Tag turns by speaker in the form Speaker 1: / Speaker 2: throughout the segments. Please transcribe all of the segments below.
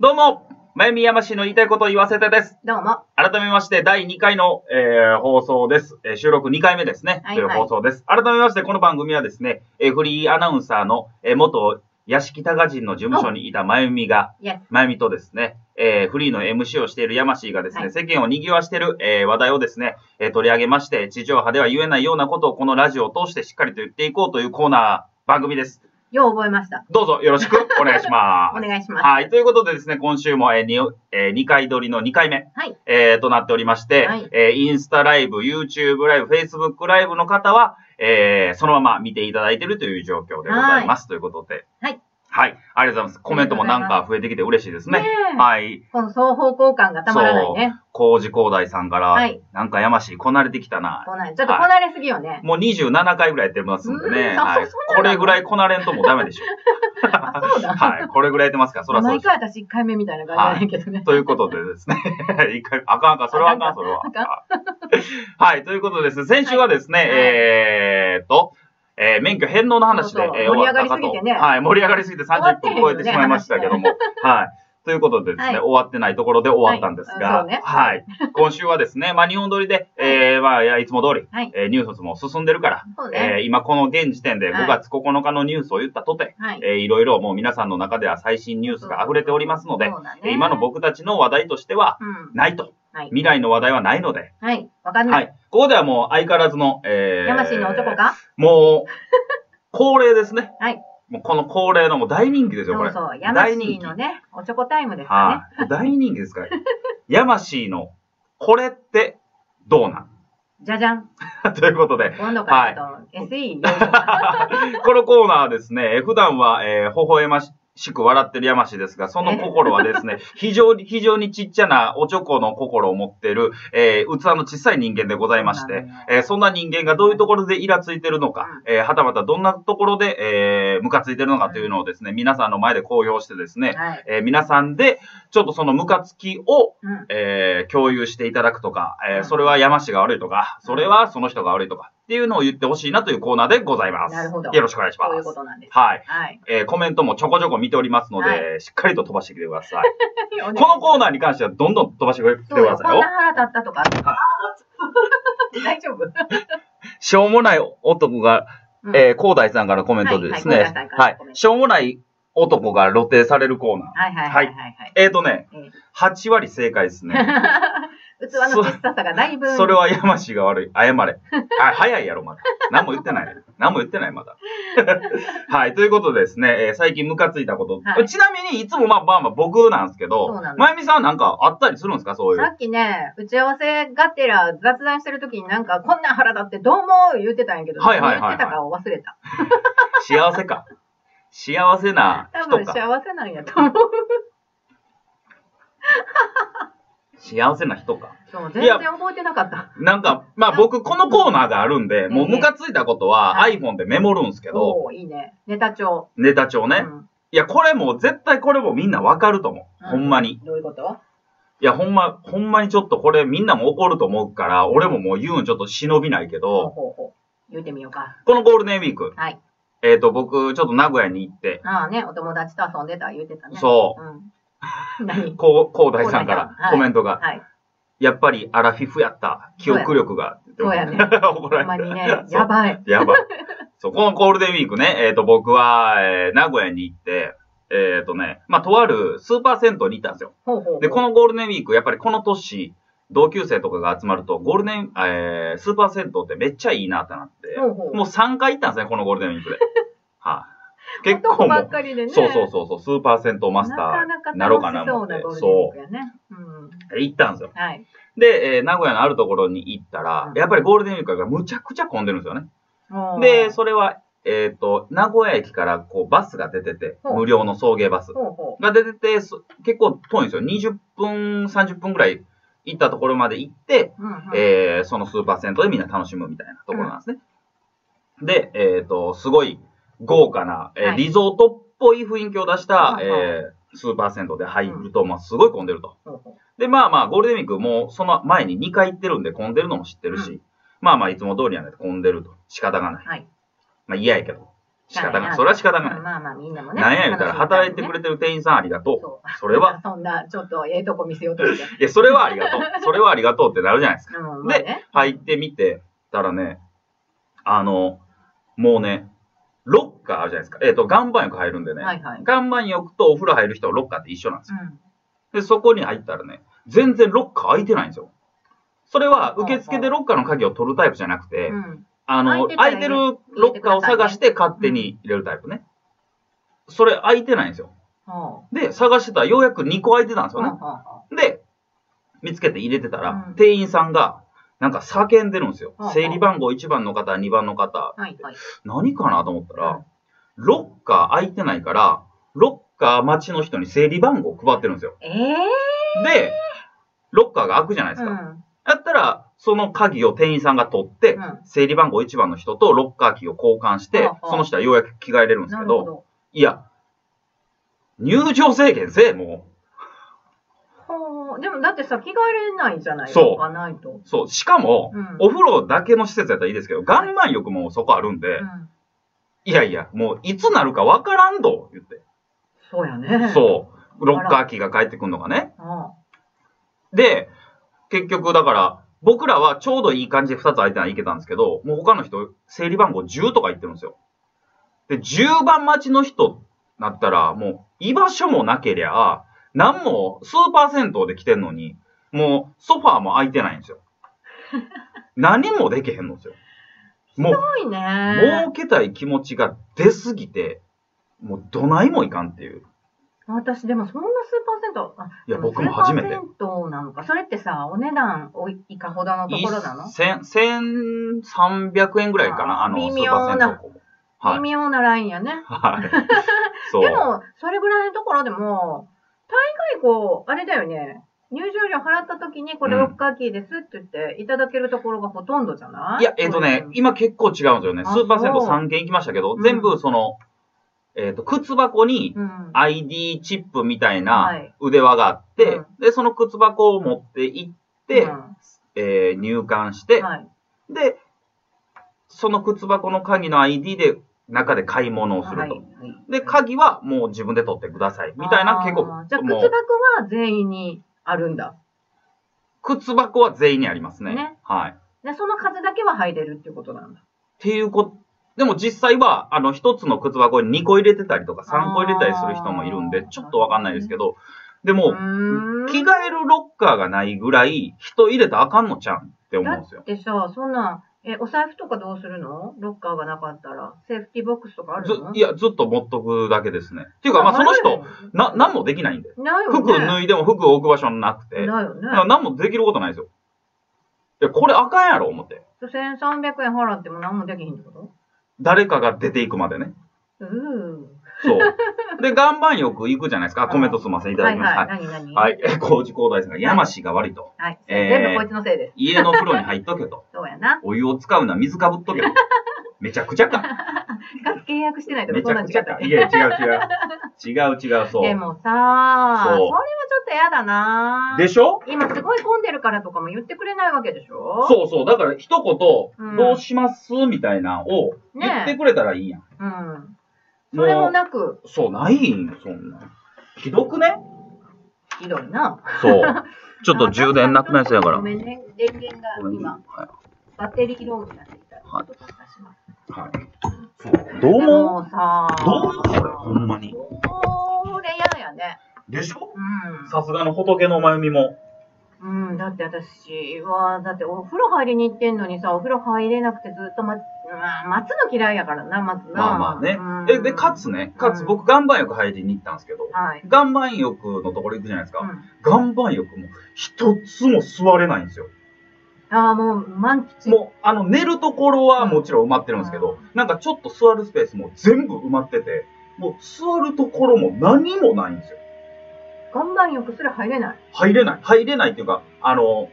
Speaker 1: どうも、まゆみやましの言いたいことを言わせてです。
Speaker 2: どうも。
Speaker 1: 改めまして、第2回の、えー放送です、えー収録2回目ですね、
Speaker 2: はいはい
Speaker 1: という放送です。改めまして、この番組はですね、えーフリーアナウンサーの、えー元屋敷多賀人の事務所にいたまゆみが、
Speaker 2: イエ
Speaker 1: まゆみとですね、えーフリーの MC をしているヤマシーがですね、
Speaker 2: はい
Speaker 1: 世間を賑わしている、えー話題をですね、えー取り上げまして、地上波では言えないようなことをこのラジオを通してしっかりと言っていこうというコーナー、番組です。
Speaker 2: ス。よう覚えました。
Speaker 1: どうぞよろしくお願いします
Speaker 2: お。願いします。
Speaker 1: はい。ということでですね、今週も、えーにえ2回撮りの2回目、
Speaker 2: はい。
Speaker 1: えーとなっておりまして、
Speaker 2: はい
Speaker 1: えーインスタライブ、YouTube ライブ、Facebook ライブの方は、えーそのまま見ていただいているという状況でございます。ということで。
Speaker 2: はい。
Speaker 1: はい。ありがとうございます。コメントもなんか増えてきて嬉しいですね。
Speaker 2: え
Speaker 1: はい。
Speaker 2: この双方向感がたまらないね。
Speaker 1: 工事工大さんから、
Speaker 2: はい
Speaker 1: なんかやましい、こなれてきたな。
Speaker 2: こうなるちょっとこなれすぎよね。
Speaker 1: もう27回ぐらいやってますんで
Speaker 2: う
Speaker 1: ね。
Speaker 2: んあ
Speaker 1: はい
Speaker 2: そそうなの
Speaker 1: これぐらいこなれんともうダメでしょ。
Speaker 2: あ、そうだ。
Speaker 1: はい。これぐらいやってますから、そらそうで
Speaker 2: 毎
Speaker 1: す
Speaker 2: 回私1回目みたいな感じだけどね。
Speaker 1: ということでですね。一回、あかんあかん、それはあかん、それは。 はい、ということでですね、先週はですね、
Speaker 2: い
Speaker 1: えーっと、えー免許返納の話で、
Speaker 2: そうそう
Speaker 1: えー終わったかと
Speaker 2: 盛り上がりすぎてね
Speaker 1: はい、盛り上がりすぎて30分超えてしまいましたけども。はい。ということでですね、
Speaker 2: はい
Speaker 1: 終わってないところで終わったんです
Speaker 2: はいあ
Speaker 1: が、
Speaker 2: そうね
Speaker 1: はい。今週はですね、まあ、日本撮りで、えー、まあ、いやいつも通り、
Speaker 2: はい。
Speaker 1: えーニュースも進んでるから、
Speaker 2: そう
Speaker 1: え
Speaker 2: ね。
Speaker 1: ー今この現時点で
Speaker 2: はい
Speaker 1: 5月9日のニュースを言ったとて、
Speaker 2: はい。
Speaker 1: えーいろいろもう皆さんの中では最新ニュースが溢れておりますので、
Speaker 2: そうだね
Speaker 1: えー今の。僕たちの話題としては、
Speaker 2: うん。
Speaker 1: ないと。
Speaker 2: はい。
Speaker 1: 未来の話題はないので。
Speaker 2: はい。わかんな。
Speaker 1: はいい。ここではもう相変わらずの、えー、
Speaker 2: やましいの男か
Speaker 1: もう、恒例ですね。
Speaker 2: はい。
Speaker 1: もうこの恒例のもう大人気ですよ、
Speaker 2: そ
Speaker 1: これ。
Speaker 2: うそう。やま
Speaker 1: 大
Speaker 2: し
Speaker 1: 人気。
Speaker 2: いのね、おちょこタイムですか
Speaker 1: はい。大人気です から。やましいの、これってどうな
Speaker 2: ね。じゃじゃん。
Speaker 1: ん ということで、
Speaker 2: 今度からちょっと SE 用意して
Speaker 1: このコーナーはですね、えー普段は、えー微笑ましく笑ってる山氏ですが、その心はです ね、非常に、非常にちっちゃなおちょこの心を持ってる、えー器の小さい人間でございまし
Speaker 2: そう
Speaker 1: て
Speaker 2: なのよ、
Speaker 1: えーそんな人間がどういうところでイラついてるのか、えーはたまたどんなところで、えームカついてるのかというのをですね、皆さんの前で公表してですね、
Speaker 2: はい。
Speaker 1: えー皆さんで、ちょっとそのムカつきを
Speaker 2: うん。
Speaker 1: えー共有していただくとか、えー
Speaker 2: うん
Speaker 1: それは山氏が悪いとか、それはその人が悪いとかっていうのを言ってほしいなというコーナーでございます。
Speaker 2: なるほど
Speaker 1: よろしくお願いしま
Speaker 2: そういうこ
Speaker 1: す。
Speaker 2: となんです。
Speaker 1: はい。
Speaker 2: はい。
Speaker 1: えーコメントもちょこちょこ見ておりますので、
Speaker 2: は
Speaker 1: しっかりと飛ばしてきてくだ さい。このコーナーに関してはどんどん飛ばしてきて
Speaker 2: そう
Speaker 1: く
Speaker 2: よ
Speaker 1: だ
Speaker 2: こ
Speaker 1: さい
Speaker 2: ん
Speaker 1: よ
Speaker 2: な。腹立ったとか。 大丈夫
Speaker 1: しょうもない男が、
Speaker 2: うん
Speaker 1: えー、広大さんからのコメントでですね、
Speaker 2: は
Speaker 1: はい
Speaker 2: いはい広大さんからのコメント
Speaker 1: しょうもない男が露呈されるコーナー。
Speaker 2: はいはいはいはいはい。
Speaker 1: えーとね
Speaker 2: え、
Speaker 1: 8割正解で すね。
Speaker 2: 器の小ささがだいぶ。
Speaker 1: それは山氏が悪い。謝 れ。あ、早いやろ、まだ。何も言ってない。何も言ってない、まだ。 はい、ということでですね、えー最近ムカついたこと。
Speaker 2: はい
Speaker 1: ちなみに、いつもまあまあまあ僕なんですけ
Speaker 2: そ
Speaker 1: ど
Speaker 2: うな、の
Speaker 1: まゆみさんはなんかあったりするんですか、そうい
Speaker 2: さ
Speaker 1: う。
Speaker 2: っきね、打ち合わせがてら雑談してる時になんか、こんなん腹立ってどうも言ってたんやけど、
Speaker 1: はいはいはいはい
Speaker 2: 何言ってたかを忘れた。
Speaker 1: 幸せか。幸せな
Speaker 2: 多
Speaker 1: 人
Speaker 2: 分
Speaker 1: か。
Speaker 2: 幸せなんやと思う。
Speaker 1: 幸せな人か。
Speaker 2: そう、全然覚えてなかった。
Speaker 1: なんか、まあ僕、このコーナーがあるんで、もうムカついたことは
Speaker 2: はい
Speaker 1: iPhone でメモるんですけど、
Speaker 2: おおーいいね。ネタ帳。
Speaker 1: ネタ帳ね。
Speaker 2: うん
Speaker 1: いや、これもう絶対これもみんなわかると思う。
Speaker 2: うん
Speaker 1: ほんまに。
Speaker 2: どういうこと
Speaker 1: いや、ほんま、ほんまにちょっとこれみんなも怒ると思うから、俺ももう言うんちょっと忍びないけ
Speaker 2: ほう
Speaker 1: ど、
Speaker 2: ほうほう。言うてみようか。
Speaker 1: このゴールデンウィーク、
Speaker 2: はい。
Speaker 1: えっ、と、僕、ちょっと名古屋に行って、
Speaker 2: ああね、お友達と遊んでた言うてたね。。
Speaker 1: そう
Speaker 2: うん。 何
Speaker 1: う、こう、こう大さんか
Speaker 2: こう大さ
Speaker 1: ら
Speaker 2: んはい
Speaker 1: コメントが、
Speaker 2: はい。
Speaker 1: やっぱりアラフィフやった、記憶力が、
Speaker 2: そうやね
Speaker 1: 怒
Speaker 2: ほ
Speaker 1: ら
Speaker 2: んま
Speaker 1: れ
Speaker 2: に
Speaker 1: て。
Speaker 2: ね、やばい。
Speaker 1: やばい。そう、このゴールデンウィークね、えっ、と、僕は、えー名古屋に行って、えっ、とね、まあ、とあるスーパー銭湯に行ったんですよ。
Speaker 2: ほうほうほう。
Speaker 1: で、このゴールデンウィーク、やっぱりこの年、同級生とかが集まると、ゴールデン、えースーパー銭湯ってめっちゃいいなってなって、
Speaker 2: ほうほう
Speaker 1: もう3回行ったんですね、このゴールデンウィー クで。はい。結
Speaker 2: 男
Speaker 1: 構も
Speaker 2: ばっ
Speaker 1: う、
Speaker 2: かりでね。
Speaker 1: そうそうそうそう、スーパー銭湯マスタ
Speaker 2: なか
Speaker 1: ーなろうか
Speaker 2: な
Speaker 1: な
Speaker 2: か楽しそ
Speaker 1: 思
Speaker 2: う
Speaker 1: ってそ
Speaker 2: なゴー、ルデンウィークやね。うん。
Speaker 1: う、行ったんですよ。
Speaker 2: はい。
Speaker 1: で、えー名古屋のあるところに行ったら、
Speaker 2: うん
Speaker 1: やっぱりゴールデンウィークがむちゃくちゃ混んでるんですよね。
Speaker 2: おー
Speaker 1: で、それは、えっ、と、名古屋駅からこうバスが出てて、
Speaker 2: ほう
Speaker 1: 無料の送迎バス
Speaker 2: ほうほ
Speaker 1: が出てて、そ結構遠いんですよ。20分、30分ぐらい行ったところまで行って、
Speaker 2: う。うんうん
Speaker 1: えーそのスーパー銭湯でみんな楽しむみたいなところなんですね。で、えっ、と、すごい豪華な、えー
Speaker 2: はい
Speaker 1: リゾートっぽい雰囲気を出した、
Speaker 2: はいはい
Speaker 1: えースーパー銭湯で入ると、まあ、すごい混んでると。
Speaker 2: ほうほう
Speaker 1: で、まあまあ、ゴールデンウィークもうその前に2回行ってるんで混んでるのも知ってるし、
Speaker 2: う
Speaker 1: まあまあ、いつも通りやねん混んでると。仕方がない。
Speaker 2: はい。
Speaker 1: まあ、嫌やけど。仕方ない。それは仕方
Speaker 2: まあ
Speaker 1: ない。
Speaker 2: まあまあ、みんなもね。
Speaker 1: なんや言うたら、働いてく
Speaker 2: れ
Speaker 1: れてる店員さんありがとう。
Speaker 2: そ
Speaker 1: それは。
Speaker 2: う。そんな、ちょっと、ええとこ見せようと し
Speaker 1: い
Speaker 2: て。
Speaker 1: や、それはありがとう。それはありがとうってなるじゃないですか。
Speaker 2: うん、まあね。
Speaker 1: 入ってみてたらね、あの、もうね、ロッカーあるじゃないですか。えっ、と、岩盤浴入るんでね。
Speaker 2: はいはい
Speaker 1: 岩盤浴とお風呂入る人はロッカーって一緒なんですよ。
Speaker 2: うん。
Speaker 1: で、そこに入ったらね、全然ロッカー開いてないんですよ。それは、受付でロッカーの鍵を取るタイプじゃなくて、
Speaker 2: うん
Speaker 1: あの、
Speaker 2: 開
Speaker 1: 開
Speaker 2: い
Speaker 1: い
Speaker 2: て
Speaker 1: て
Speaker 2: る
Speaker 1: るロッカーを探して勝手に入れるタイプね。それ開いてないんですよ。
Speaker 2: ほ
Speaker 1: で、探してたらようやく2個開いてたんです
Speaker 2: う
Speaker 1: よ
Speaker 2: ほ
Speaker 1: ね
Speaker 2: う。ほうほ
Speaker 1: で、見つけて入れてたら、
Speaker 2: うん
Speaker 1: 店員さんが、なんか叫んでるんですよ。
Speaker 2: うんうん
Speaker 1: 整理番号1番の方、2番の方
Speaker 2: う。はいはい。
Speaker 1: 何かなと思った
Speaker 2: う
Speaker 1: ら、ロッカー開いてないから、ロッカー待ちの人に整理番号配ってるんですよ。
Speaker 2: ええ
Speaker 1: で、ロッカーが開くじゃないで
Speaker 2: う
Speaker 1: す
Speaker 2: ん。
Speaker 1: か。
Speaker 2: う
Speaker 1: だったら、その鍵を店員さんが取って、
Speaker 2: ん。
Speaker 1: 整理番号1番の人とロッカーキーを交換して、
Speaker 2: うんうん
Speaker 1: その人はようやく着替えれるんです
Speaker 2: な
Speaker 1: け
Speaker 2: る
Speaker 1: ど、
Speaker 2: ほど。
Speaker 1: いや、入場制限せえ、も
Speaker 2: ほう。でも、だってさ、着替えれないじゃない
Speaker 1: そう
Speaker 2: かないと。
Speaker 1: う。そう。しかも、
Speaker 2: うん
Speaker 1: お風呂だけの施設やったらいいですけど、岩盤浴もそこあるんで、
Speaker 2: うん。
Speaker 1: いやいや、もういつなるかわからんと、言って。
Speaker 2: そうやね。う。
Speaker 1: そう。ロッカー機が帰ってくんのがね。で、結局だから、僕らはちょうどいい感じで2つ空いてないけたんですけど、もう他の人、整理番号10とか言ってるんですよ。で、10番待ちの人なったら、もう居場所もなけりゃ、なんもスーパー銭湯で来てんのに、もうソファーも空いてないんです よ。何もできへんのですよ。もう
Speaker 2: すごいね。
Speaker 1: 儲けたい気持ちが出すぎて、もうどないもいかんっていう。
Speaker 2: 私でもそんなスーパー銭湯あ
Speaker 1: いや
Speaker 2: でも
Speaker 1: 僕も初めて
Speaker 2: スーパー銭湯なのかそれってさお値段おいいかほどのところなの、
Speaker 1: 1300円ぐらいかな、
Speaker 2: あー
Speaker 1: あの、
Speaker 2: 微
Speaker 1: ス
Speaker 2: 妙
Speaker 1: ーパー銭湯
Speaker 2: な
Speaker 1: の子も。は
Speaker 2: 微
Speaker 1: い。
Speaker 2: 妙なラインやね
Speaker 1: はい。 そう。
Speaker 2: でもそれぐらいのところでも大概こうあれだよね入場料払った時にこれ
Speaker 1: うん
Speaker 2: ロッカーキーですって言っていただけるところがほとんどじゃない
Speaker 1: いや、えっ、とね
Speaker 2: う、ん
Speaker 1: 今結構違うんですよね。ス
Speaker 2: あ
Speaker 1: ーパー銭湯
Speaker 2: そう
Speaker 1: 3軒行きましたけど
Speaker 2: う、ん
Speaker 1: 全部その、えっ、と、靴箱に
Speaker 2: うん
Speaker 1: ID チップみたい
Speaker 2: は
Speaker 1: ない腕輪があって、
Speaker 2: うん
Speaker 1: で、その靴箱を持って行って、
Speaker 2: うん
Speaker 1: えー入館して、
Speaker 2: はい
Speaker 1: で、その靴箱の鍵の ID で中で買い物をすると。
Speaker 2: はい
Speaker 1: で、鍵はもう自分で取ってください。みたいな、
Speaker 2: あー
Speaker 1: 結構。
Speaker 2: じゃあ靴
Speaker 1: も
Speaker 2: 箱
Speaker 1: う
Speaker 2: は全員にあるんだ
Speaker 1: 靴箱は全員にありますね。
Speaker 2: ね
Speaker 1: はい。っ
Speaker 2: でその数だけは入れるっていうことなんだ
Speaker 1: ていうこと、でも実際は、あの、一つの靴箱に2個入れてたりとか3個入れたりする人もいるん
Speaker 2: あ
Speaker 1: で
Speaker 2: ー、
Speaker 1: ちょっとわかんないですけど、でも、
Speaker 2: うーん
Speaker 1: 着替えるロッカーがないぐらい、人入れたらあかんのちゃうんって思うんです
Speaker 2: だ
Speaker 1: よ
Speaker 2: っ。てさ、そんなん、え、お財布とかどうするのロッカーがなかったら。セーフティーボックスとかある
Speaker 1: ず
Speaker 2: の
Speaker 1: いや、ずっと持っとくだけですね。っていうか、まあ、その人、、な、なんもできないんで。
Speaker 2: ないよね。
Speaker 1: 服脱いでも服置く場所なくて。だか
Speaker 2: だよね。
Speaker 1: ら何もできることないですよ。いや、これあかんやろ、思って。
Speaker 2: 1300円払っても何もできひんってこと
Speaker 1: 誰かが出ていくまでね。
Speaker 2: うー。
Speaker 1: そう。 で、岩盤浴行くじゃないですか。あコメントすみません。いただ
Speaker 2: はい
Speaker 1: きました。
Speaker 2: は。
Speaker 1: はいい。
Speaker 2: 何何
Speaker 1: はい。え、高知高大さんが、山氏が悪いと。
Speaker 2: はい
Speaker 1: えー
Speaker 2: 全部こいつのせいです。
Speaker 1: 家の風呂に入っとけ と。
Speaker 2: そうやな。
Speaker 1: お湯を使うな、水かぶっとけと。めちゃくちゃ か。
Speaker 2: ガス契約してないとか
Speaker 1: めち
Speaker 2: そん
Speaker 1: ゃ
Speaker 2: なん
Speaker 1: く
Speaker 2: 違
Speaker 1: ちゃ
Speaker 2: った
Speaker 1: か。
Speaker 2: ね
Speaker 1: いや、違 う違う。違う違う、そ
Speaker 2: で
Speaker 1: う。
Speaker 2: もさ
Speaker 1: そう
Speaker 2: それはちょっと嫌だな
Speaker 1: でしょ
Speaker 2: 今すごい混んでるからとかも言ってくれないわけでしょ
Speaker 1: そうそう。だから、一
Speaker 2: うん
Speaker 1: 言、どうしますみたいなのを言ってくれたらいいやん。
Speaker 2: う。うん。それもなく、
Speaker 1: そう、ないんよ、そんなん。ひどくね
Speaker 2: ひどいな。
Speaker 1: そう。ちょっと充電なくなりそうやから。
Speaker 2: ごめんね、電源が
Speaker 1: ごめん
Speaker 2: 今、
Speaker 1: はい
Speaker 2: バッテリーローになっていたら、ちょ
Speaker 1: は
Speaker 2: っと足します。
Speaker 1: はい。そう。どうも、
Speaker 2: うさ
Speaker 1: どうもそれ、ほんまに。
Speaker 2: それ嫌やね。
Speaker 1: でしょ
Speaker 2: う
Speaker 1: さすがの仏のお真由みも。
Speaker 2: ん。うん、だって私は、だってお風呂入りに行ってんのにさ、お風呂入れなくてずっと待つ、うん待つの嫌いやからな、待つな。
Speaker 1: まあまあね。
Speaker 2: う
Speaker 1: え、
Speaker 2: ん
Speaker 1: で、か、つね、か
Speaker 2: う
Speaker 1: つ
Speaker 2: ん
Speaker 1: 僕、岩盤浴入りに行ったんですけど、
Speaker 2: はい。
Speaker 1: 岩盤浴のところ行くじゃないです
Speaker 2: う
Speaker 1: か。
Speaker 2: ん
Speaker 1: 岩盤浴も一つも座れないんですよ。
Speaker 2: ああ、もう満喫。
Speaker 1: もう、あの、寝るところはもちろん埋まってるんですけど、なんかちょっと座るスペースも全部埋まってて、もう座るところも何もないんですよ。
Speaker 2: 岩盤浴すら入れない。
Speaker 1: 入れない。入れないっていうか、あの、もう、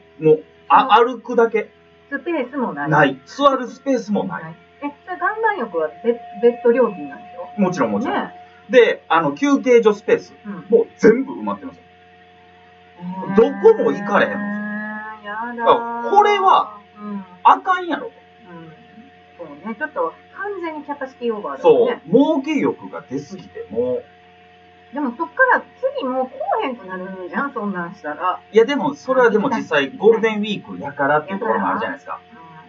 Speaker 1: あ歩くだけ。
Speaker 2: スペースもない。
Speaker 1: ない。座るスペースも
Speaker 2: な。
Speaker 1: ないい。
Speaker 2: え、それ岩盤浴は別別途料金なんでしょ
Speaker 1: もちろんもちろん。
Speaker 2: ね。
Speaker 1: で、あの、休憩所スペース、
Speaker 2: うん。
Speaker 1: もう全部埋まってますよ。どこも行かれへんの
Speaker 2: んやだ
Speaker 1: だからこれは、
Speaker 2: うん
Speaker 1: あかんやろと。
Speaker 2: うんそうね。ちょっと完全にキャパシティオーバーだよ
Speaker 1: そ
Speaker 2: ね。
Speaker 1: う、儲け欲が出すぎて、も
Speaker 2: でもそっから次もう来おへんくなるじゃん、そんなんしたら。
Speaker 1: う、いやでも、それはでも実際、ゴールデンウィークやからっていうところもあるじゃないですか。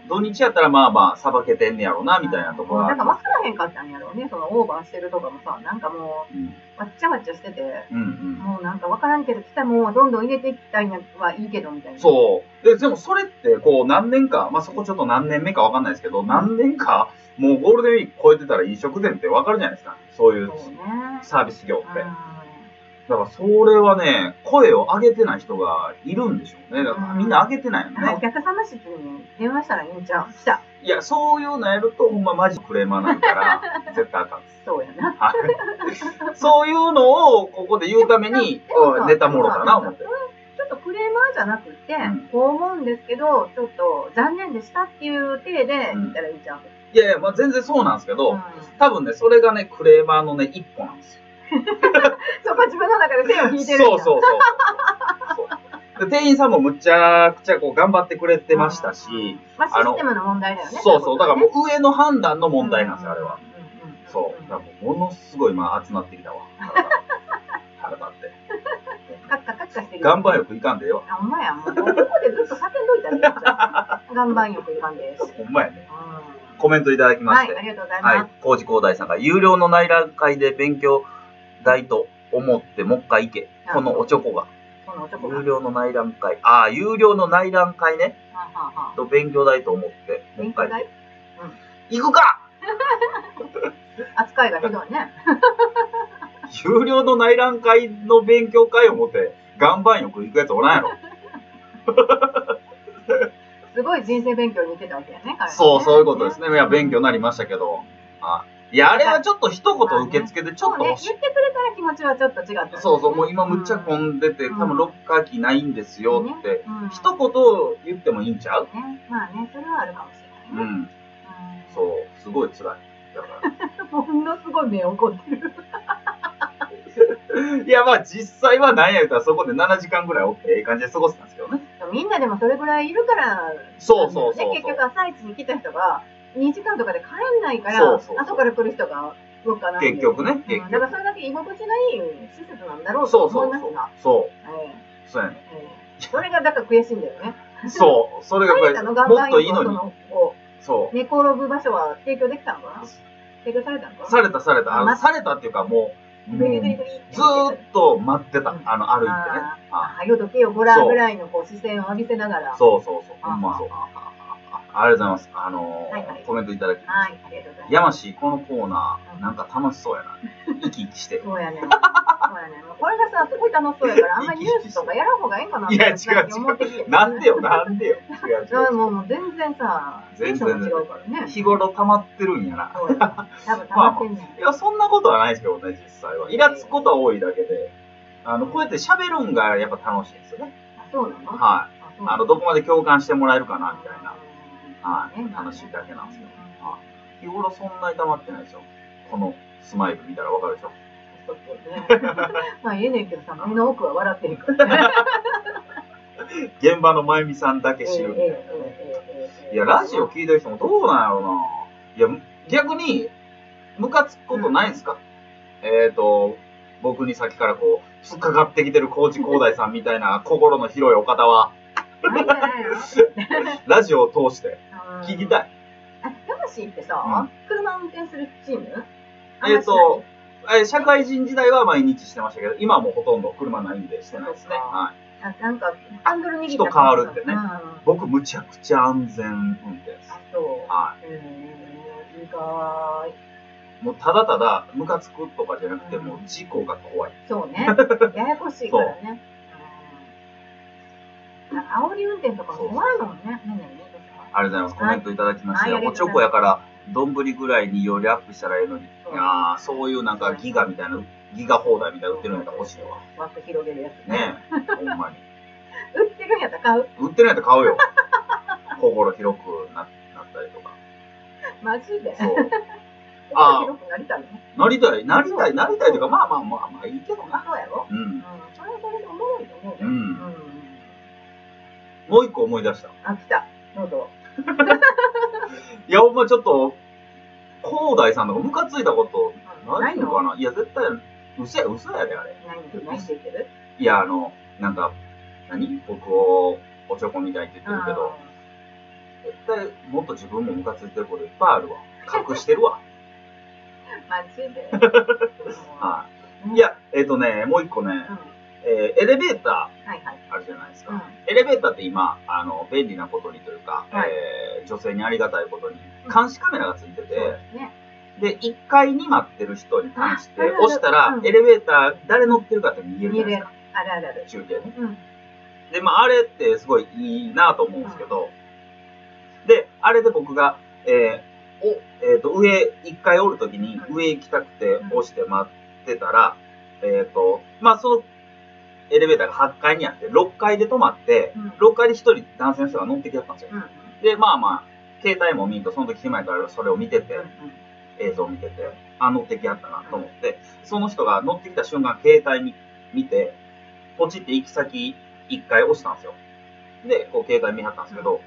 Speaker 1: 土日やったらまあまあ、さばけてんねやろうな、みたいなところはあ
Speaker 2: なん
Speaker 1: る
Speaker 2: か分からへんかったんやろうね、そのオーバーしてるとかもさ、なんかも
Speaker 1: うん
Speaker 2: う、わっちゃわっちゃしてて、
Speaker 1: うんうん。
Speaker 2: もうなんか分からんけど、来たもんはどんどん入れていきたいのはいいけどみたいな。う。
Speaker 1: そう。で、でもそれって、こう、何年か、まあそこちょっと何年目かわかんないですけど、何年か、もうゴールデンウィーク超えてたら飲食店ってわかるじゃないですか。そういう
Speaker 2: そうね。
Speaker 1: サービス業って。だ
Speaker 2: う
Speaker 1: からそれはね、声を上げてない人がいるんでしょうね。だからみんな上げてないよ
Speaker 2: んなんかお
Speaker 1: ね。
Speaker 2: 客様室に電話したらいいんちゃう来た。
Speaker 1: いや、そういうのやると、ほんまマジクレーマーなんから、絶対あかんです。
Speaker 2: そうやな。
Speaker 1: はいそういうのをここで言うために
Speaker 2: でもさ
Speaker 1: ネタもろかな思って。
Speaker 2: ちょっとクレーマーじゃなくて、
Speaker 1: うん
Speaker 2: こう思うんですけど、ちょっと残念でしたっていう体で言ったらいいじゃん。
Speaker 1: いやいや、まあ、全然そうなんですけ
Speaker 2: う
Speaker 1: ど
Speaker 2: ん、
Speaker 1: 多分ね、それがね、クレーマーのね、一歩なんですよ。
Speaker 2: そこ自分の中で線を引いてるん
Speaker 1: そう
Speaker 2: だ
Speaker 1: そうそうそう。で店員さんもむちゃくちゃこう頑張ってくれてましたし、
Speaker 2: まあ、シ
Speaker 1: あの
Speaker 2: ステムの問題だよね。
Speaker 1: そうそう、だからも
Speaker 2: う
Speaker 1: う上の判断の問題なんですよ、あれは。。
Speaker 2: うんうんうん
Speaker 1: そう。だからもうものすごい、まあ、集まってきたわ。体が 腹立っ
Speaker 2: カッカカッカして
Speaker 1: て。
Speaker 2: る。
Speaker 1: 岩盤浴いかんでよ。
Speaker 2: あ、ほんまや。もう、ここでずっと叫んどいたらいいじゃ ん。岩盤浴いかんです。
Speaker 1: ほんまやね。
Speaker 2: う
Speaker 1: コメントいただき
Speaker 2: ん。
Speaker 1: ま
Speaker 2: は
Speaker 1: し
Speaker 2: い、あ
Speaker 1: て。
Speaker 2: りがとうござい
Speaker 1: はい
Speaker 2: ま。
Speaker 1: 工事工大さんが、有料の内覧会で勉強代と思って、もっかい行け。このおちょこが。
Speaker 2: す。このおちょこが。
Speaker 1: 有
Speaker 2: は
Speaker 1: 料の内覧会。ああ、有料の内覧会ね。
Speaker 2: あはあはあ
Speaker 1: と勉強代と思って、もっ
Speaker 2: 勉
Speaker 1: かい行
Speaker 2: 強代
Speaker 1: け。行くか
Speaker 2: 扱いがひどいね。
Speaker 1: 有料の内覧会の勉強会を持って、岩盤浴行くやつおらんやろ。
Speaker 2: すごい人生勉強に行ってたわけやね、彼はね
Speaker 1: そう、そういうことですね。いや、勉強になりましたけど。あいや、あれはちょっと一言受け付けて、ちょっと欲しい
Speaker 2: そうね、言ってくれたら気持ちはちょっと違った、ね。
Speaker 1: そうそう、もう今むっちゃ
Speaker 2: ん、
Speaker 1: 混んでて、
Speaker 2: うん
Speaker 1: 多分ロッカー機ないんですよって、
Speaker 2: うん、
Speaker 1: 一言言ってもいいんちゃう
Speaker 2: ね、まあね、それはあるかもしれ
Speaker 1: う
Speaker 2: ないね。
Speaker 1: ん。
Speaker 2: うん
Speaker 1: そう、すごい辛い。だか
Speaker 2: ものすごい目怒ってる。
Speaker 1: ら。いや、まあ実際は何や言うたらそこで7時間ぐらいおって、ええ感じで過ごしたんですけどね。
Speaker 2: みんなでもそれぐらいいるから、
Speaker 1: そうそうそうそう
Speaker 2: ね結局朝一に来た人が、2時間とかで帰んないから、
Speaker 1: そうそうそう
Speaker 2: 後から来る人が動かない。
Speaker 1: 結局ね、
Speaker 2: うん
Speaker 1: 結
Speaker 2: だ
Speaker 1: 局。
Speaker 2: からそれだけ居心地がいい施設なんだろうと
Speaker 1: そうそ
Speaker 2: 思
Speaker 1: う
Speaker 2: います
Speaker 1: そう
Speaker 2: が。。
Speaker 1: そう。
Speaker 2: え
Speaker 1: そうやね。
Speaker 2: えええそれがだから悔しいんだよね。
Speaker 1: そう。それがこ
Speaker 2: 帰
Speaker 1: れ、
Speaker 2: れたの
Speaker 1: もっといいのに。
Speaker 2: に。こ
Speaker 1: そう
Speaker 2: 寝転ぶ場所は提供できたのかな提供されたのかな
Speaker 1: されたされた。あ
Speaker 2: ま
Speaker 1: の、されたっていうかもう、
Speaker 2: グ
Speaker 1: も
Speaker 2: リ
Speaker 1: う
Speaker 2: グリグリって
Speaker 1: ずーっと待ってた。あの、歩いてね。
Speaker 2: あ
Speaker 1: あ
Speaker 2: はよどけよ、ごらんぐらいのこう視線を浴びせながら。
Speaker 1: そうそうそう。
Speaker 2: あ
Speaker 1: ほんまそう。
Speaker 2: あ
Speaker 1: ありがとうございます。あのー
Speaker 2: はいはい
Speaker 1: コメントいただきま
Speaker 2: は
Speaker 1: し
Speaker 2: い、ありがとうございま
Speaker 1: た。
Speaker 2: す。
Speaker 1: やましい、このコーナ
Speaker 2: う
Speaker 1: ー、
Speaker 2: ん
Speaker 1: なんか楽しそうやな。生き生きしてる。
Speaker 2: そうやねん。そうやねん。もうこれがさ、すごい楽しそうやから、あんまりニュースとかやらんほうがいいかなって
Speaker 1: いや違う
Speaker 2: 最近思ってきて。
Speaker 1: なんでよ、なんでよ。違う
Speaker 2: いや
Speaker 1: 違う。
Speaker 2: もうもう全然さ、テ
Speaker 1: 全
Speaker 2: ンシ
Speaker 1: 然
Speaker 2: ョンが違うからね。
Speaker 1: 日頃溜まってるんやな。
Speaker 2: そうやねん。多分溜まってんねん。
Speaker 1: いや、そんなことはないですけどね、実際は。イラつくことは多いだけで。あの、こうやって喋るんがやっぱ楽しいんですよね。
Speaker 2: あそうなの
Speaker 1: はい。
Speaker 2: そうな
Speaker 1: あの、どこまで共感してもらえるかな、みたいな。はい
Speaker 2: ね
Speaker 1: 楽しいだけなんですけどはい日頃そんなに溜まってないですよ。このスマイル見たらわかるでしょ。
Speaker 2: そうそうね。 まあ、ええねんけどさ、目の奥は笑ってるからね。
Speaker 1: 現場のまゆみさんだけ
Speaker 2: ええ
Speaker 1: 知るみたいなね。
Speaker 2: ええええええ
Speaker 1: いや、ラジオ聞いてる人もどうなんやろうな。いや、逆に、ムカつくことないんすか、えっ、ー、と、僕に先からこう、突っかかってきてる高知広大さんみたい な心の広いお方は、
Speaker 2: ないんじゃないの
Speaker 1: ラジオを通して 聞きたい。
Speaker 2: い。あ、ヤマシーってさ、車運転するチーム
Speaker 1: えっと、えー社会人時代は毎日してましたけど、今はもうほとんど車ないんでしてないですね。
Speaker 2: そうか
Speaker 1: はい、
Speaker 2: あんましないあなんか、ハンドル握った
Speaker 1: 人変わるってね
Speaker 2: うんあ、
Speaker 1: 僕、むちゃくちゃ安全運転です。
Speaker 2: そう。
Speaker 1: は
Speaker 2: うん、意外。
Speaker 1: い、もうただただ、ムカつくとかじゃなくて、もう事故が怖い。
Speaker 2: そう ね。ややこしいからね。うんなんか煽り運転とかも怖いもんね。何々どうした
Speaker 1: ありがとうございます。コメントいただきましたよ。
Speaker 2: はい
Speaker 1: おちょこやから、丼ぐらいによりアップしたらええのに。
Speaker 2: そう
Speaker 1: ああ、そういうなんかギガみたいな、ギガ放題みたいなの売ってるんやったら欲しいわ。
Speaker 2: 割って広げるやつ
Speaker 1: ねえ、ほんまに。
Speaker 2: 売ってるんやったら買う
Speaker 1: 売ってないと買うよ。心広くななったりとか。
Speaker 2: マジで
Speaker 1: そう。あー
Speaker 2: 広くなりたいね
Speaker 1: なりたい、なりたい、なりたいというか、まあまあまあまあいいけどな。
Speaker 2: そうやろ
Speaker 1: う
Speaker 2: うん
Speaker 1: ん。
Speaker 2: それはそれでおもろいと思う
Speaker 1: う
Speaker 2: ようん
Speaker 1: ん。もう一個思い出した。
Speaker 2: あ来たどうぞ
Speaker 1: いや、ほんまちょっと、広大さんとかムカついたことないのか
Speaker 2: な
Speaker 1: ないや、絶対、嘘や、嘘やで、あれ。
Speaker 2: 何何して言ってる
Speaker 1: いや、あの、なんか、何僕をおちょこみたいって言ってるけど、絶対もっと自分もムカついてることいっぱいあるわ。隠して るわ。
Speaker 2: うんマジで
Speaker 1: はいい。い、や、えっ、とね、もう一個ね
Speaker 2: うん、
Speaker 1: えーエレベータ
Speaker 2: はいはい、
Speaker 1: ーあるじゃないです
Speaker 2: うん
Speaker 1: か。エレベーターって今、あの、便利なことにというか、
Speaker 2: はい
Speaker 1: えー女性にありがたいことに、監視カメラがついてて、
Speaker 2: ね
Speaker 1: で、1階に待ってる人に関して
Speaker 2: ああるある
Speaker 1: 押したら
Speaker 2: う、ん
Speaker 1: エレベーター誰乗ってるかって見えるじゃない
Speaker 2: あるあるある
Speaker 1: ですか、中継ね。
Speaker 2: うん
Speaker 1: で、まあ、あれってすごいいいなと思うんですけど、で、あれで僕が、えーおえーと上、1階おるときに
Speaker 2: うん
Speaker 1: 上行きたくて
Speaker 2: うん
Speaker 1: 押して待ってたら、えっ、と、まあ、そのエレベーターが8階にあって、6階で止まって、
Speaker 2: うん
Speaker 1: 6階で1人男性の人が乗ってきはったんですよ。
Speaker 2: うんうん
Speaker 1: で、まあまあ、携帯も見んと、その時暇やからそれを見てて、
Speaker 2: う
Speaker 1: 映像を見てて、あ、乗ってきやったなと思って、その人が乗ってきた瞬間、携帯に見て、ポチって行き先一回押したんですよ。で、こう携帯見張ったんですけど、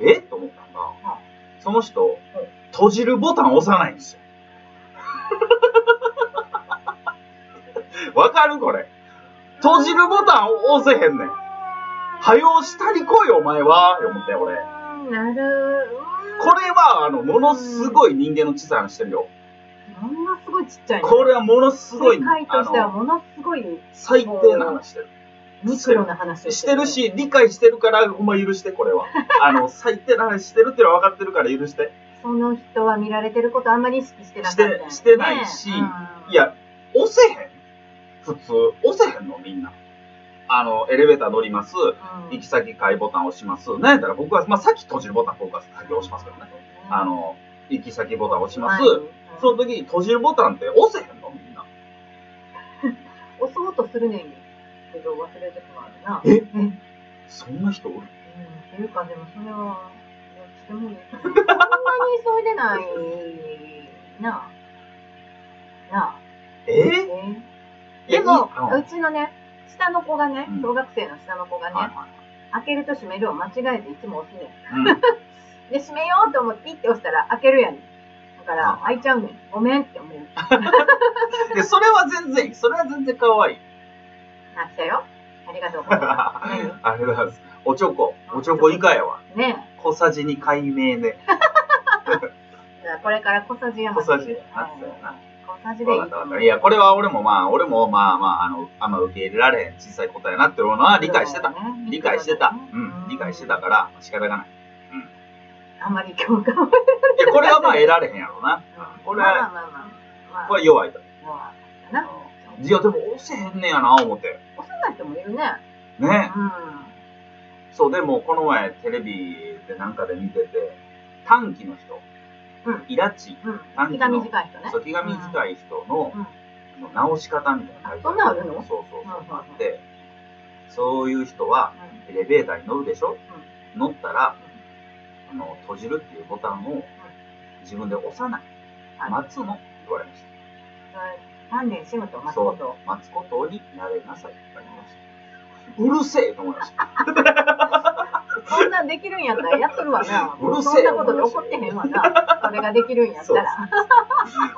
Speaker 1: えと思ったのが、その人、閉じるボタン押さないんですよ。わかるこれ。閉じるボタンを押せへんねん。はよ下に来いお前は、思って俺。
Speaker 2: んなる
Speaker 1: これは、あの、ものすごい人間の小さい話してるよ。
Speaker 2: ものすごいちっちゃいね
Speaker 1: これはものすごい、
Speaker 2: 世界としては
Speaker 1: あの、
Speaker 2: ものすごい
Speaker 1: 最低な話してる。
Speaker 2: ミクロな話を
Speaker 1: してるし、理解してるから、ほんま許して、これ は。あの、最低な話してるってのは分かってるから許して。
Speaker 2: その人は見られてることあんまり意識してなかったんだよね
Speaker 1: してしてないしいや、押せへん普通。押せへんのみんな。あの、エレベーター乗ります。
Speaker 2: うん
Speaker 1: 行き先買いボタン押します。なんやったら僕は、まあ、さっき閉じるボタン、僕は先押しますけどね。あの、行き先ボタン押します。
Speaker 2: はい
Speaker 1: その時に閉じるボタンって押せへんのみんな。
Speaker 2: 押そうとするねんけど忘れてしまうな
Speaker 1: え
Speaker 2: うん
Speaker 1: そんな人おる
Speaker 2: うん、っていうかでもそれはどっちでもいいかなそんなに急いでないなあなあ
Speaker 1: え
Speaker 2: え
Speaker 1: ー
Speaker 2: ーで
Speaker 1: いやいい
Speaker 2: も
Speaker 1: うん
Speaker 2: うちのね下の子がね
Speaker 1: うん
Speaker 2: 小学生の下の子がね、
Speaker 1: はいはい
Speaker 2: 開けると閉めるを間違えていつも押すねん
Speaker 1: うん
Speaker 2: で閉めようと思ってピッて押したら開けるやねんだから
Speaker 1: あ
Speaker 2: 開いちゃうねんごめんって思う
Speaker 1: で、それは全然いい。それは全然可愛い。
Speaker 2: な来たよありがとうございま
Speaker 1: あれなんです。おちょこ。おちょこ以下やわ。
Speaker 2: すね
Speaker 1: 小さじに解明で。
Speaker 2: えじゃあこれから小さじや
Speaker 1: 小さじ
Speaker 2: はい
Speaker 1: やな。そうやな。
Speaker 2: 小さじでい
Speaker 1: わ
Speaker 2: い
Speaker 1: かったわ
Speaker 2: と思
Speaker 1: かっ
Speaker 2: う
Speaker 1: た。いや、これは俺もまあ、俺もまあまあ、あの、あんま受け入れられへん小さいことやなっていうのは理解してた。
Speaker 2: ね
Speaker 1: 理解してた。うん。理解してたから、仕方がない。
Speaker 2: あんまり共感は。
Speaker 1: いや、これはまあ得られへんやろな。これ
Speaker 2: まあまあまあまあ。
Speaker 1: これ弱いと。
Speaker 2: まあ、な。
Speaker 1: いや、でも押せへんねやな、思って。
Speaker 2: 幼い人もいるね。
Speaker 1: ね。
Speaker 2: うん。
Speaker 1: そう、でもこの前テレビでなんかで見てて、短期の人、
Speaker 2: うん
Speaker 1: イラチ、
Speaker 2: うん。気が短い人ね。
Speaker 1: そう気が短い人の
Speaker 2: うん。
Speaker 1: 直し方みたいなの書いて
Speaker 2: あそんなんあるの
Speaker 1: そうそう
Speaker 2: うんうんうん
Speaker 1: そう。あって、そういう人はエレベーターに乗るでしょ、乗ったら、あの、閉じるっていうボタンを自分で押さない。
Speaker 2: はい
Speaker 1: 待つのって言われまし
Speaker 2: 鍛錬しむと
Speaker 1: た。
Speaker 2: 待つこと
Speaker 1: そう。待つことになれなさいって言われました。うるせえと思い ました。
Speaker 2: そんなんできるんやったらやっとるわな。
Speaker 1: うるせえ
Speaker 2: そんなことで怒ってへんわな。それができるんやったら。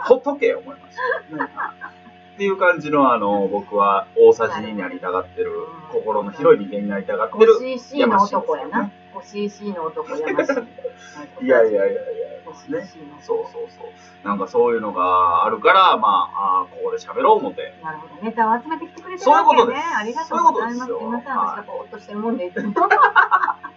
Speaker 1: ほっとけ思いました。うんっていう感じの、あの、僕は大さじになりたがってる、心の広い人間になりたがってる。
Speaker 2: 5cc の男やな。5cc の男やましい。
Speaker 1: いやいやいやいや。
Speaker 2: 5cc の
Speaker 1: そうそうそう。なんかそういうのがあるから、まあ、あーここで喋ろう思って。
Speaker 2: なるほど。ネタを集めてきてくれてる
Speaker 1: そういう
Speaker 2: わ
Speaker 1: こ
Speaker 2: け
Speaker 1: と
Speaker 2: や
Speaker 1: で
Speaker 2: ね。
Speaker 1: す
Speaker 2: ありがとうございます。
Speaker 1: そうい
Speaker 2: すいう
Speaker 1: こと
Speaker 2: ま
Speaker 1: ですよ
Speaker 2: せん。私がぼーっとしてるもんでいつも。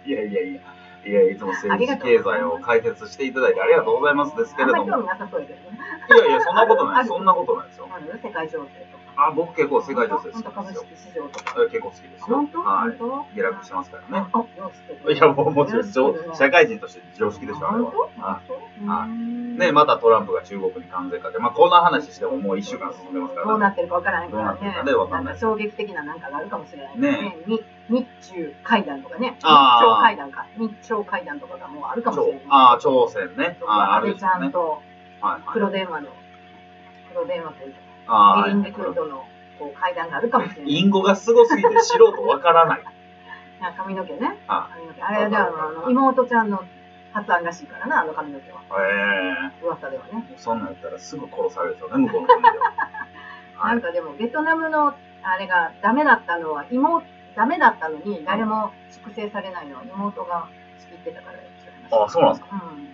Speaker 1: いやいやいや。いや、いつも政治経済を解説していただいてありがとうございますですけ
Speaker 2: あ
Speaker 1: れ
Speaker 2: んま
Speaker 1: ど
Speaker 2: り
Speaker 1: も。
Speaker 2: 興味なさそうやけどね。
Speaker 1: いやいや、そんなことな
Speaker 2: あ
Speaker 1: い。
Speaker 2: る
Speaker 1: そんなことないですよ。
Speaker 2: ある世界情勢とか。
Speaker 1: あ、僕結構世界情勢好き
Speaker 2: 本
Speaker 1: な
Speaker 2: 当
Speaker 1: んで
Speaker 2: 株
Speaker 1: すよ。
Speaker 2: 式市場とか。
Speaker 1: え結構好きですよ。
Speaker 2: 本当
Speaker 1: はい。
Speaker 2: 本
Speaker 1: 下
Speaker 2: 当
Speaker 1: 落しますからね。
Speaker 2: あ、よう知ってる
Speaker 1: いや、もうもちろん、
Speaker 2: よう知ってる
Speaker 1: 常
Speaker 2: ね
Speaker 1: 社会人として常識でしょ、あれ
Speaker 2: 本
Speaker 1: は。
Speaker 2: 当
Speaker 1: は
Speaker 2: 本当
Speaker 1: はいう
Speaker 2: ーん
Speaker 1: いね、またトランプが中国に関税かけ、まあ、こんな話してももう一週間進んでますか
Speaker 2: ど
Speaker 1: ら
Speaker 2: うなってるかわからないから
Speaker 1: どうなってるかね
Speaker 2: ね。
Speaker 1: わかんない
Speaker 2: んか衝撃的ななんかがあるかもしれない
Speaker 1: ね
Speaker 2: ね。に日中会談とかね。日
Speaker 1: あー
Speaker 2: 朝会談か。日朝会談とかがもうあるかもしれない。
Speaker 1: ああ、朝鮮ね。
Speaker 2: と
Speaker 1: ああ、
Speaker 2: か
Speaker 1: あ
Speaker 2: 安
Speaker 1: る
Speaker 2: 倍
Speaker 1: でし
Speaker 2: ち
Speaker 1: ょ
Speaker 2: ゃ
Speaker 1: うね
Speaker 2: ん。と
Speaker 1: はいはい。
Speaker 2: 黒電話の、黒電話というか、
Speaker 1: ああ、
Speaker 2: エリンギ君とのこう会談があるかもしれない。
Speaker 1: インゴがすごすぎて素人わからない。
Speaker 2: あ髪の毛ね。
Speaker 1: あ
Speaker 2: 髪の毛。あれだよ、あの妹ちゃんの発案らしいからな、あの髪の毛は。
Speaker 1: え
Speaker 2: 噂ではね。
Speaker 1: えそんなんやったらすぐ殺されるでしょうね、向こうの国では。は
Speaker 2: なん
Speaker 1: い。
Speaker 2: かでも、ベトナムのあれがダメだったのは、妹、ダメだったのに、誰も粛清されないのは妹が仕切ってたからですよね。
Speaker 1: あそうなんです
Speaker 2: か。うん。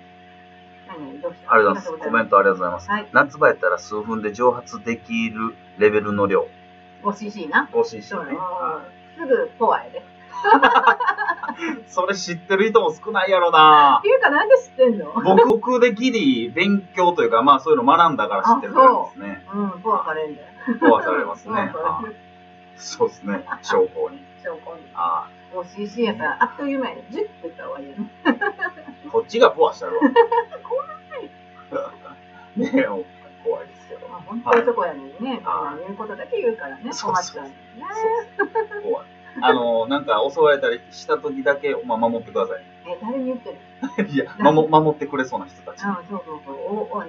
Speaker 2: 何どうした
Speaker 1: ありがとうございます。コメントありがとうございます。
Speaker 2: はい。
Speaker 1: 夏場やったら数分で蒸発できるレベルの量。
Speaker 2: 5cc な。
Speaker 1: ご心
Speaker 2: そう
Speaker 1: 身
Speaker 2: な
Speaker 1: ね。
Speaker 2: の。すぐポワやで。っ
Speaker 1: それ知ってる人も少ないやろな
Speaker 2: ていうか、なんで知ってんの
Speaker 1: 僕、僕でギリ勉強というか、まあそういうの学んだから知ってるからですね。
Speaker 2: うん、ポワされんだよ。
Speaker 1: 壊されますね。
Speaker 2: ポワ
Speaker 1: あ
Speaker 2: される
Speaker 1: そうですね。証拠に。
Speaker 2: 証拠に。
Speaker 1: あ
Speaker 2: 5cc やから、あっという間やで。10って言った方がいいよね。
Speaker 1: こっちがポアしたるわ。 ねえ、もう怖いですけど。
Speaker 2: まあ、本当にそこやのにね、
Speaker 1: あ
Speaker 2: 言うことだけ言うからね、
Speaker 1: そう
Speaker 2: 困っち
Speaker 1: そう
Speaker 2: ゃう。ね。
Speaker 1: 怖い。あの、なんか襲われたりした時だけ、まあ、守ってくださ
Speaker 2: え、誰に言ってる
Speaker 1: い。 いや、守守ってくれそうな人たち。
Speaker 2: あそうそうそう。おおな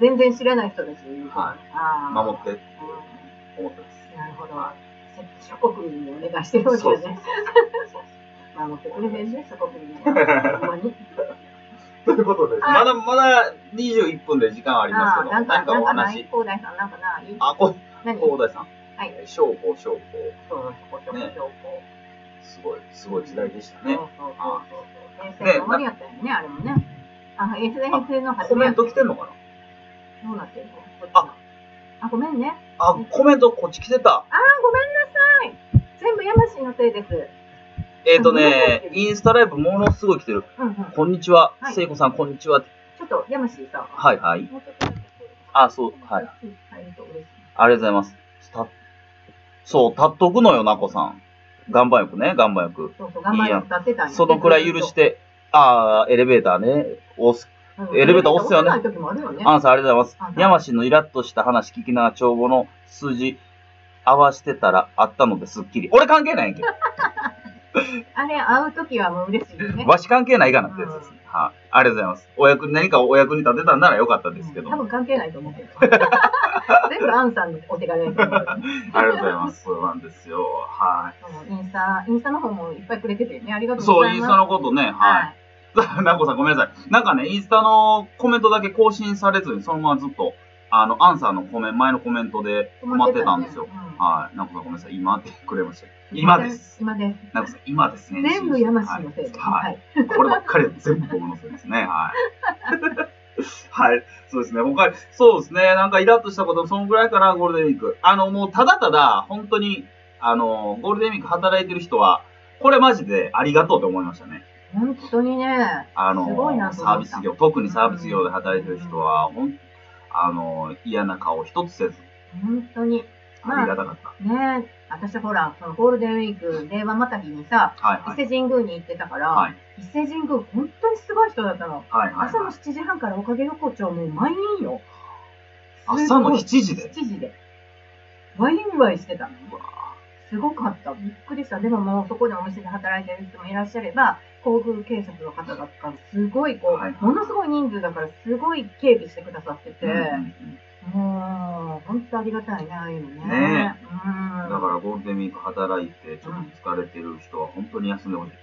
Speaker 2: 全然知らない人たちに言うと。
Speaker 1: はい
Speaker 2: あー
Speaker 1: 守ってって
Speaker 2: う
Speaker 1: 思 って
Speaker 2: んなるほど
Speaker 1: は。
Speaker 2: 諸国民にお願いしてる
Speaker 1: ま
Speaker 2: わ
Speaker 1: す。そ
Speaker 2: け
Speaker 1: う
Speaker 2: よ
Speaker 1: そうそう
Speaker 2: ね。。守ってくれへんね、諸国民 には。ほんまに。
Speaker 1: ということです。
Speaker 2: はい
Speaker 1: まだまだ21分で時間ありますけ
Speaker 2: あー
Speaker 1: ど、
Speaker 2: な
Speaker 1: なんんか
Speaker 2: か、なん
Speaker 1: お
Speaker 2: かない
Speaker 1: 話。
Speaker 2: 広大さん、なんかない
Speaker 1: あ、こ、
Speaker 2: 何
Speaker 1: 広大さん。
Speaker 2: はい。
Speaker 1: 将校、将校。
Speaker 2: そうそうそう、そう
Speaker 1: ね
Speaker 2: そう
Speaker 1: すごい、すごい時代でした
Speaker 2: そう
Speaker 1: ね。
Speaker 2: そう
Speaker 1: あ
Speaker 2: そう。平成の終わりやったよね、あれもね。あ、平成平成の初
Speaker 1: コ
Speaker 2: め
Speaker 1: メ
Speaker 2: や
Speaker 1: ン
Speaker 2: った
Speaker 1: ト
Speaker 2: よ
Speaker 1: 来てんのかな
Speaker 2: どうなってんのこっち
Speaker 1: あ
Speaker 2: あ、ごめんね。
Speaker 1: あ、コメントこっち来てた。
Speaker 2: あー、ごめんなさい。全部山氏のせいです。
Speaker 1: えっ、ー、とね、インスタライブものすごい来てる。
Speaker 2: うんうん。ち
Speaker 1: こんにちは
Speaker 2: は、い
Speaker 1: 聖子さん、こんにちは。
Speaker 2: ょっと山氏さ。
Speaker 1: はいはい。
Speaker 2: もうちょっとだけ
Speaker 1: あ、そう、はい。あり
Speaker 2: うん入ると嬉しい。
Speaker 1: がとうございます。たそう、立っとくのよ、なこさん。岩盤浴ね、岩盤浴。
Speaker 2: そうそう、頑張り歌ってたんやね
Speaker 1: そのくらい許し。て、あー、エレベーターね、押す
Speaker 2: うん
Speaker 1: エレベーター押すよね
Speaker 2: 押せない時もあるよね。
Speaker 1: アンさん、ありがとうござい
Speaker 2: あ
Speaker 1: ま
Speaker 2: どう
Speaker 1: す。
Speaker 2: ぞ
Speaker 1: 山氏のイラッとした話聞きながら帳簿の数字合わしてたらあったのですっきり。俺関係ないやんけ。
Speaker 2: あれ、会う時はもう嬉しいよね。
Speaker 1: わし関係ないかなってやつですね。はい。ありがとうございます。お役、何かお役に立てたんならよかったですけど。
Speaker 2: 多
Speaker 1: あり
Speaker 2: 分関係ないと思うけど。全部アンさんのお手紙やけ
Speaker 1: が
Speaker 2: ど
Speaker 1: とうございます。そうなんですよ。は
Speaker 2: うんインスタ、インスタの方もいっぱいくれててね。ありが
Speaker 1: い。
Speaker 2: とう
Speaker 1: そ
Speaker 2: ご
Speaker 1: う、
Speaker 2: ざ
Speaker 1: イ
Speaker 2: い
Speaker 1: ン
Speaker 2: ま
Speaker 1: ス
Speaker 2: す。
Speaker 1: タのことね、はい。 なこさんごめんなさい。なんかね、インスタのコメントだけ更新されずに、そのままずっと、あの、アンさんのコメント、前のコメントで困ってたんですよ
Speaker 2: う。ん
Speaker 1: はい。なこさんごめんなさい。今ってくれました。今です。
Speaker 2: 今です。
Speaker 1: なこさん、今ですね。
Speaker 2: 全部山氏のせいです。
Speaker 1: はい
Speaker 2: はい。
Speaker 1: こればっかりは全部僕のせいですね。 はい。はい。そうですね。他に、そうですね。なんかイラッとしたこと、そのぐらいかな、ゴールデンウィーク。あの、もうただただ、本当に、あの、ゴールデンウィーク働いてる人は、これマジでありがとうと思いましたね。
Speaker 2: 本当にね、
Speaker 1: あ
Speaker 2: すごいな
Speaker 1: の、
Speaker 2: と
Speaker 1: サ
Speaker 2: 思っ
Speaker 1: ー
Speaker 2: た
Speaker 1: ビス業、特にサービス業で働いてる人は、ほん、あの、嫌な顔一つせず、
Speaker 2: 本当に。
Speaker 1: ありがたかった。
Speaker 2: ね私ほら、そのゴールデンウィーク、令和またぎにさ、
Speaker 1: はい
Speaker 2: 伊
Speaker 1: はい。
Speaker 2: 勢神宮に行ってたから、
Speaker 1: はい
Speaker 2: 伊勢神宮、本当にすごい人だったの。
Speaker 1: はいはい
Speaker 2: 朝の
Speaker 1: はい。
Speaker 2: 7時半からおかげ横丁もう満員よ。
Speaker 1: 朝の7時で
Speaker 2: ?7 時で。ワインワイしてたの。すごかった。びっくりした。でももうそこでお店で働いてる人もいらっしゃれば、航空警察の方だったら、すごいこう、
Speaker 1: はい
Speaker 2: ものすごい人数だから、すごい警備してくださってて、
Speaker 1: うんうんうん
Speaker 2: もう、本当ありがたいね、ああいうのね。
Speaker 1: ね
Speaker 2: うん。
Speaker 1: だからゴールデンウィーク働いて、ちょっと疲れてる人は本当に休んでほしい。
Speaker 2: ね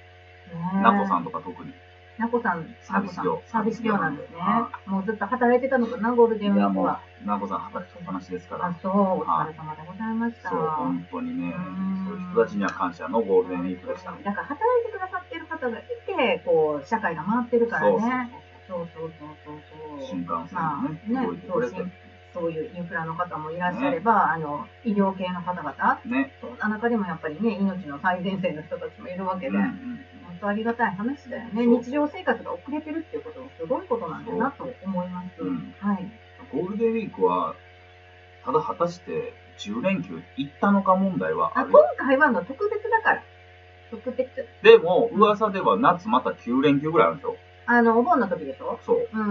Speaker 1: なこさん。とか特に。
Speaker 2: なこさん、
Speaker 1: サービス業
Speaker 2: サービス業なんですね
Speaker 1: は。
Speaker 2: もうずっと働いてたのかな、ゴールデンウィークは。
Speaker 1: う、なこさん働きっぱなしですか
Speaker 2: あ
Speaker 1: ら。、
Speaker 2: そう、お疲れ様でございました。
Speaker 1: そう、本当にね
Speaker 2: うん、
Speaker 1: そういう人たちには感謝のゴールデンウィークでした。
Speaker 2: だから働いてくださってる方がいて、こう、社会が回ってるから
Speaker 1: そうそう
Speaker 2: ね。そうそうそうそ
Speaker 1: そ
Speaker 2: う
Speaker 1: う。
Speaker 2: そう
Speaker 1: 新。幹線
Speaker 2: まあ
Speaker 1: もね、動い
Speaker 2: ね
Speaker 1: て、
Speaker 2: そ
Speaker 1: く
Speaker 2: う
Speaker 1: れ。
Speaker 2: してそういうインフラの方もいらっしゃれば、あの、医療系の方々、
Speaker 1: ね。
Speaker 2: そんな中でもやっぱりね、命の最前線の人たちもいるわけ
Speaker 1: う
Speaker 2: で、
Speaker 1: んうん
Speaker 2: 本当ありがたい話だよ
Speaker 1: そ
Speaker 2: ね。
Speaker 1: う
Speaker 2: 日常生活が遅れてるっていうこともすごいことなんだなと思います。
Speaker 1: うん
Speaker 2: はい。
Speaker 1: ゴールデンウィークは、ただ果たして10連休行ったのか問題はあ
Speaker 2: あ、
Speaker 1: る
Speaker 2: 今。回はあの特別だから。特別。
Speaker 1: でも、噂では夏また9連休ぐらいあるんでしょ
Speaker 2: あの、お盆の時でしょ
Speaker 1: そう。
Speaker 2: うん。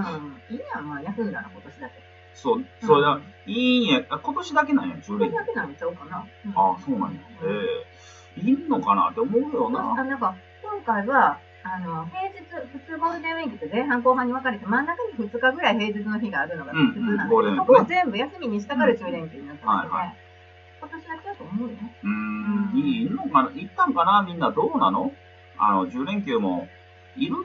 Speaker 2: いいやん、まあ、休んだら今年だけ。
Speaker 1: そう、それ
Speaker 2: う
Speaker 1: だ
Speaker 2: ん、
Speaker 1: いいんや、あ今年だけなんや、10
Speaker 2: 今年
Speaker 1: 連休
Speaker 2: だ。けなんちゃうかな。うん
Speaker 1: ああ、そうなんや。ええいいのかなって思うよ
Speaker 2: あ
Speaker 1: な。
Speaker 2: なんか、今回は、あの、平日、普通ゴールデンウィークって前半後半に分かれて、真ん中に2日ぐらい平日の日があるのが
Speaker 1: うん
Speaker 2: 普通なんだけ
Speaker 1: ゴールデ
Speaker 2: ど、
Speaker 1: ンウィー
Speaker 2: そ
Speaker 1: ク
Speaker 2: こ
Speaker 1: ね
Speaker 2: を全部休みにしたから10連休になったので、
Speaker 1: うんはいは
Speaker 2: 今年だけだと思うよね。
Speaker 1: うーん、いいのかな行ったんかなみんなどうなのあの、10連休もいる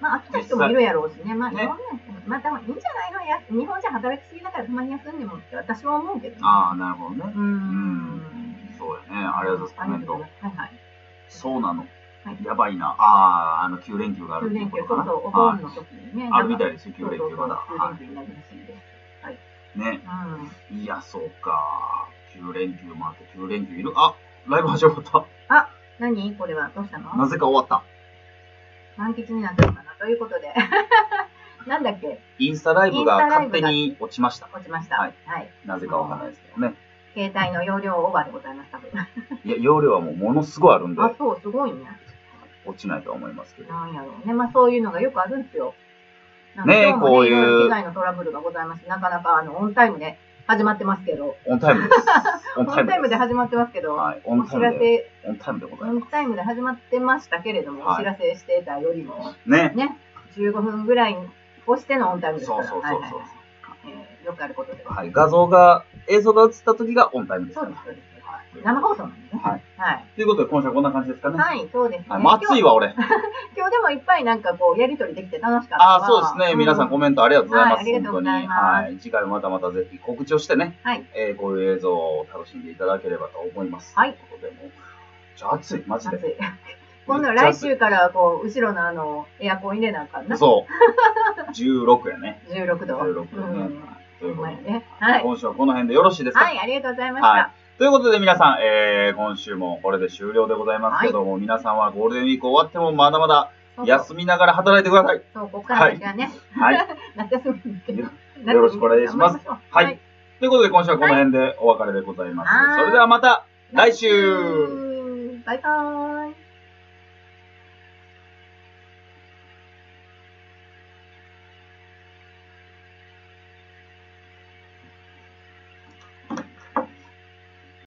Speaker 2: まあ、飽きた人もいるやろうしね。まあ、日本の人もまあ、でもいいんじゃないのや日本じゃ働きすぎだからたまに休んでもって私は思うけど、ね。
Speaker 1: ああ、なるほど
Speaker 2: う
Speaker 1: ね。
Speaker 2: ーん。
Speaker 1: そうやね。ありがとうございます。コメント。
Speaker 2: はいはい。
Speaker 1: そうなの
Speaker 2: は。い
Speaker 1: やばいな。ああ、あの、9連休がある
Speaker 2: 9
Speaker 1: っていう
Speaker 2: 連
Speaker 1: こ
Speaker 2: 休、
Speaker 1: と
Speaker 2: そ
Speaker 1: か
Speaker 2: う
Speaker 1: な。
Speaker 2: そう、お
Speaker 1: は
Speaker 2: 盆
Speaker 1: い
Speaker 2: の時にね。
Speaker 1: あるみた
Speaker 2: い
Speaker 1: いですよ、9連休まだ。
Speaker 2: 9
Speaker 1: は
Speaker 2: 連休になるらしいです。
Speaker 1: い。ね。
Speaker 2: うん。
Speaker 1: いや、そうか。9連休もあって、9連休いる。あ、ライブ始まった。
Speaker 2: 何これはどうしたの
Speaker 1: なぜか終わった。
Speaker 2: 満喫になったのかなということで。なんだっけ
Speaker 1: インスタライブが
Speaker 2: インスタライ
Speaker 1: 勝
Speaker 2: ブが
Speaker 1: 手に落ちました。
Speaker 2: 落ちました。
Speaker 1: は
Speaker 2: はいい。
Speaker 1: なぜかわかんないですけどね。
Speaker 2: 携帯の容量オーバーでございました。
Speaker 1: いや、容量はもうものすごいあるんで、
Speaker 2: あ、そう、すごいね。
Speaker 1: 落ちないとは思いますけど。
Speaker 2: なんやろうね。まあそういうのがよくあるんですよ。なんか
Speaker 1: ねえ
Speaker 2: 今日も
Speaker 1: こういう
Speaker 2: ろろ被害のトラブルがございまして、なかなかあのオンタイムで始まってますけど、
Speaker 1: オンタイム です。オ
Speaker 2: オ
Speaker 1: ンタイ
Speaker 2: ン
Speaker 1: ム
Speaker 2: タイム
Speaker 1: で。
Speaker 2: です始まってますけど、
Speaker 1: はい、オ
Speaker 2: お
Speaker 1: ンタイ
Speaker 2: 知
Speaker 1: ム
Speaker 2: ら
Speaker 1: で。
Speaker 2: せ、
Speaker 1: オンタイムでござい
Speaker 2: オン
Speaker 1: ま
Speaker 2: タイムで始まってましたけれども、
Speaker 1: はい
Speaker 2: お知らせしてたよりも、
Speaker 1: す。ね。
Speaker 2: ね、15分ぐらいをしてのオンタイムですか
Speaker 1: そう
Speaker 2: ら、
Speaker 1: そうそう
Speaker 2: はいはい
Speaker 1: そ
Speaker 2: は
Speaker 1: う
Speaker 2: い。えーよくあることでは。
Speaker 1: はい、画像が、映像が映った時がオンタイムです
Speaker 2: そ
Speaker 1: か
Speaker 2: う
Speaker 1: ら。
Speaker 2: です、そうです。
Speaker 1: は
Speaker 2: 生放送なんでね。
Speaker 1: はい。
Speaker 2: はい。
Speaker 1: い。ということで、今週はこんな感じですかね。
Speaker 2: はい、そうですね。
Speaker 1: はい、もう暑い
Speaker 2: 今
Speaker 1: わ、俺。
Speaker 2: 日。今日でもいっぱいなんかこう、やりとりできて楽しかった
Speaker 1: あ
Speaker 2: わ。
Speaker 1: あ、そうですね。皆さんコ
Speaker 2: めん。
Speaker 1: メントありがとうございます。
Speaker 2: はいありがと
Speaker 1: 本当
Speaker 2: うご
Speaker 1: に。
Speaker 2: ざいます
Speaker 1: はい。次回もまたまたぜひ告知をしてね、
Speaker 2: はい。
Speaker 1: えーこういう映像を楽しんでいただければと思います。
Speaker 2: はい
Speaker 1: ということで、もう、じゃあ暑い、マジ
Speaker 2: 暑
Speaker 1: で。
Speaker 2: い。今度は来週からこう、後ろのあの、エアコン入れなあかんな。
Speaker 1: そう。16や ね。
Speaker 2: 16度。
Speaker 1: 16度ね。は
Speaker 2: う
Speaker 1: い
Speaker 2: ん。
Speaker 1: ということ
Speaker 2: ほんまや
Speaker 1: で、
Speaker 2: ね。はい。
Speaker 1: 今週はこの辺でよろしいですか
Speaker 2: はい、ありがとうございまし
Speaker 1: はい
Speaker 2: た。
Speaker 1: ということで皆さん、えー、今週もこれで終了でございますけども、皆さんはゴールデンウィーク終わってもまだまだ
Speaker 2: そうそう
Speaker 1: 休みながら働いてください。
Speaker 2: そう、ここから先はね、
Speaker 1: はい。
Speaker 2: 夏休みに行って
Speaker 1: よよろしくお願いします。はい。
Speaker 2: はい
Speaker 1: ということで今週はこの辺でお別れでございます。
Speaker 2: はい
Speaker 1: それではまた来週
Speaker 2: 来週バイバーイ。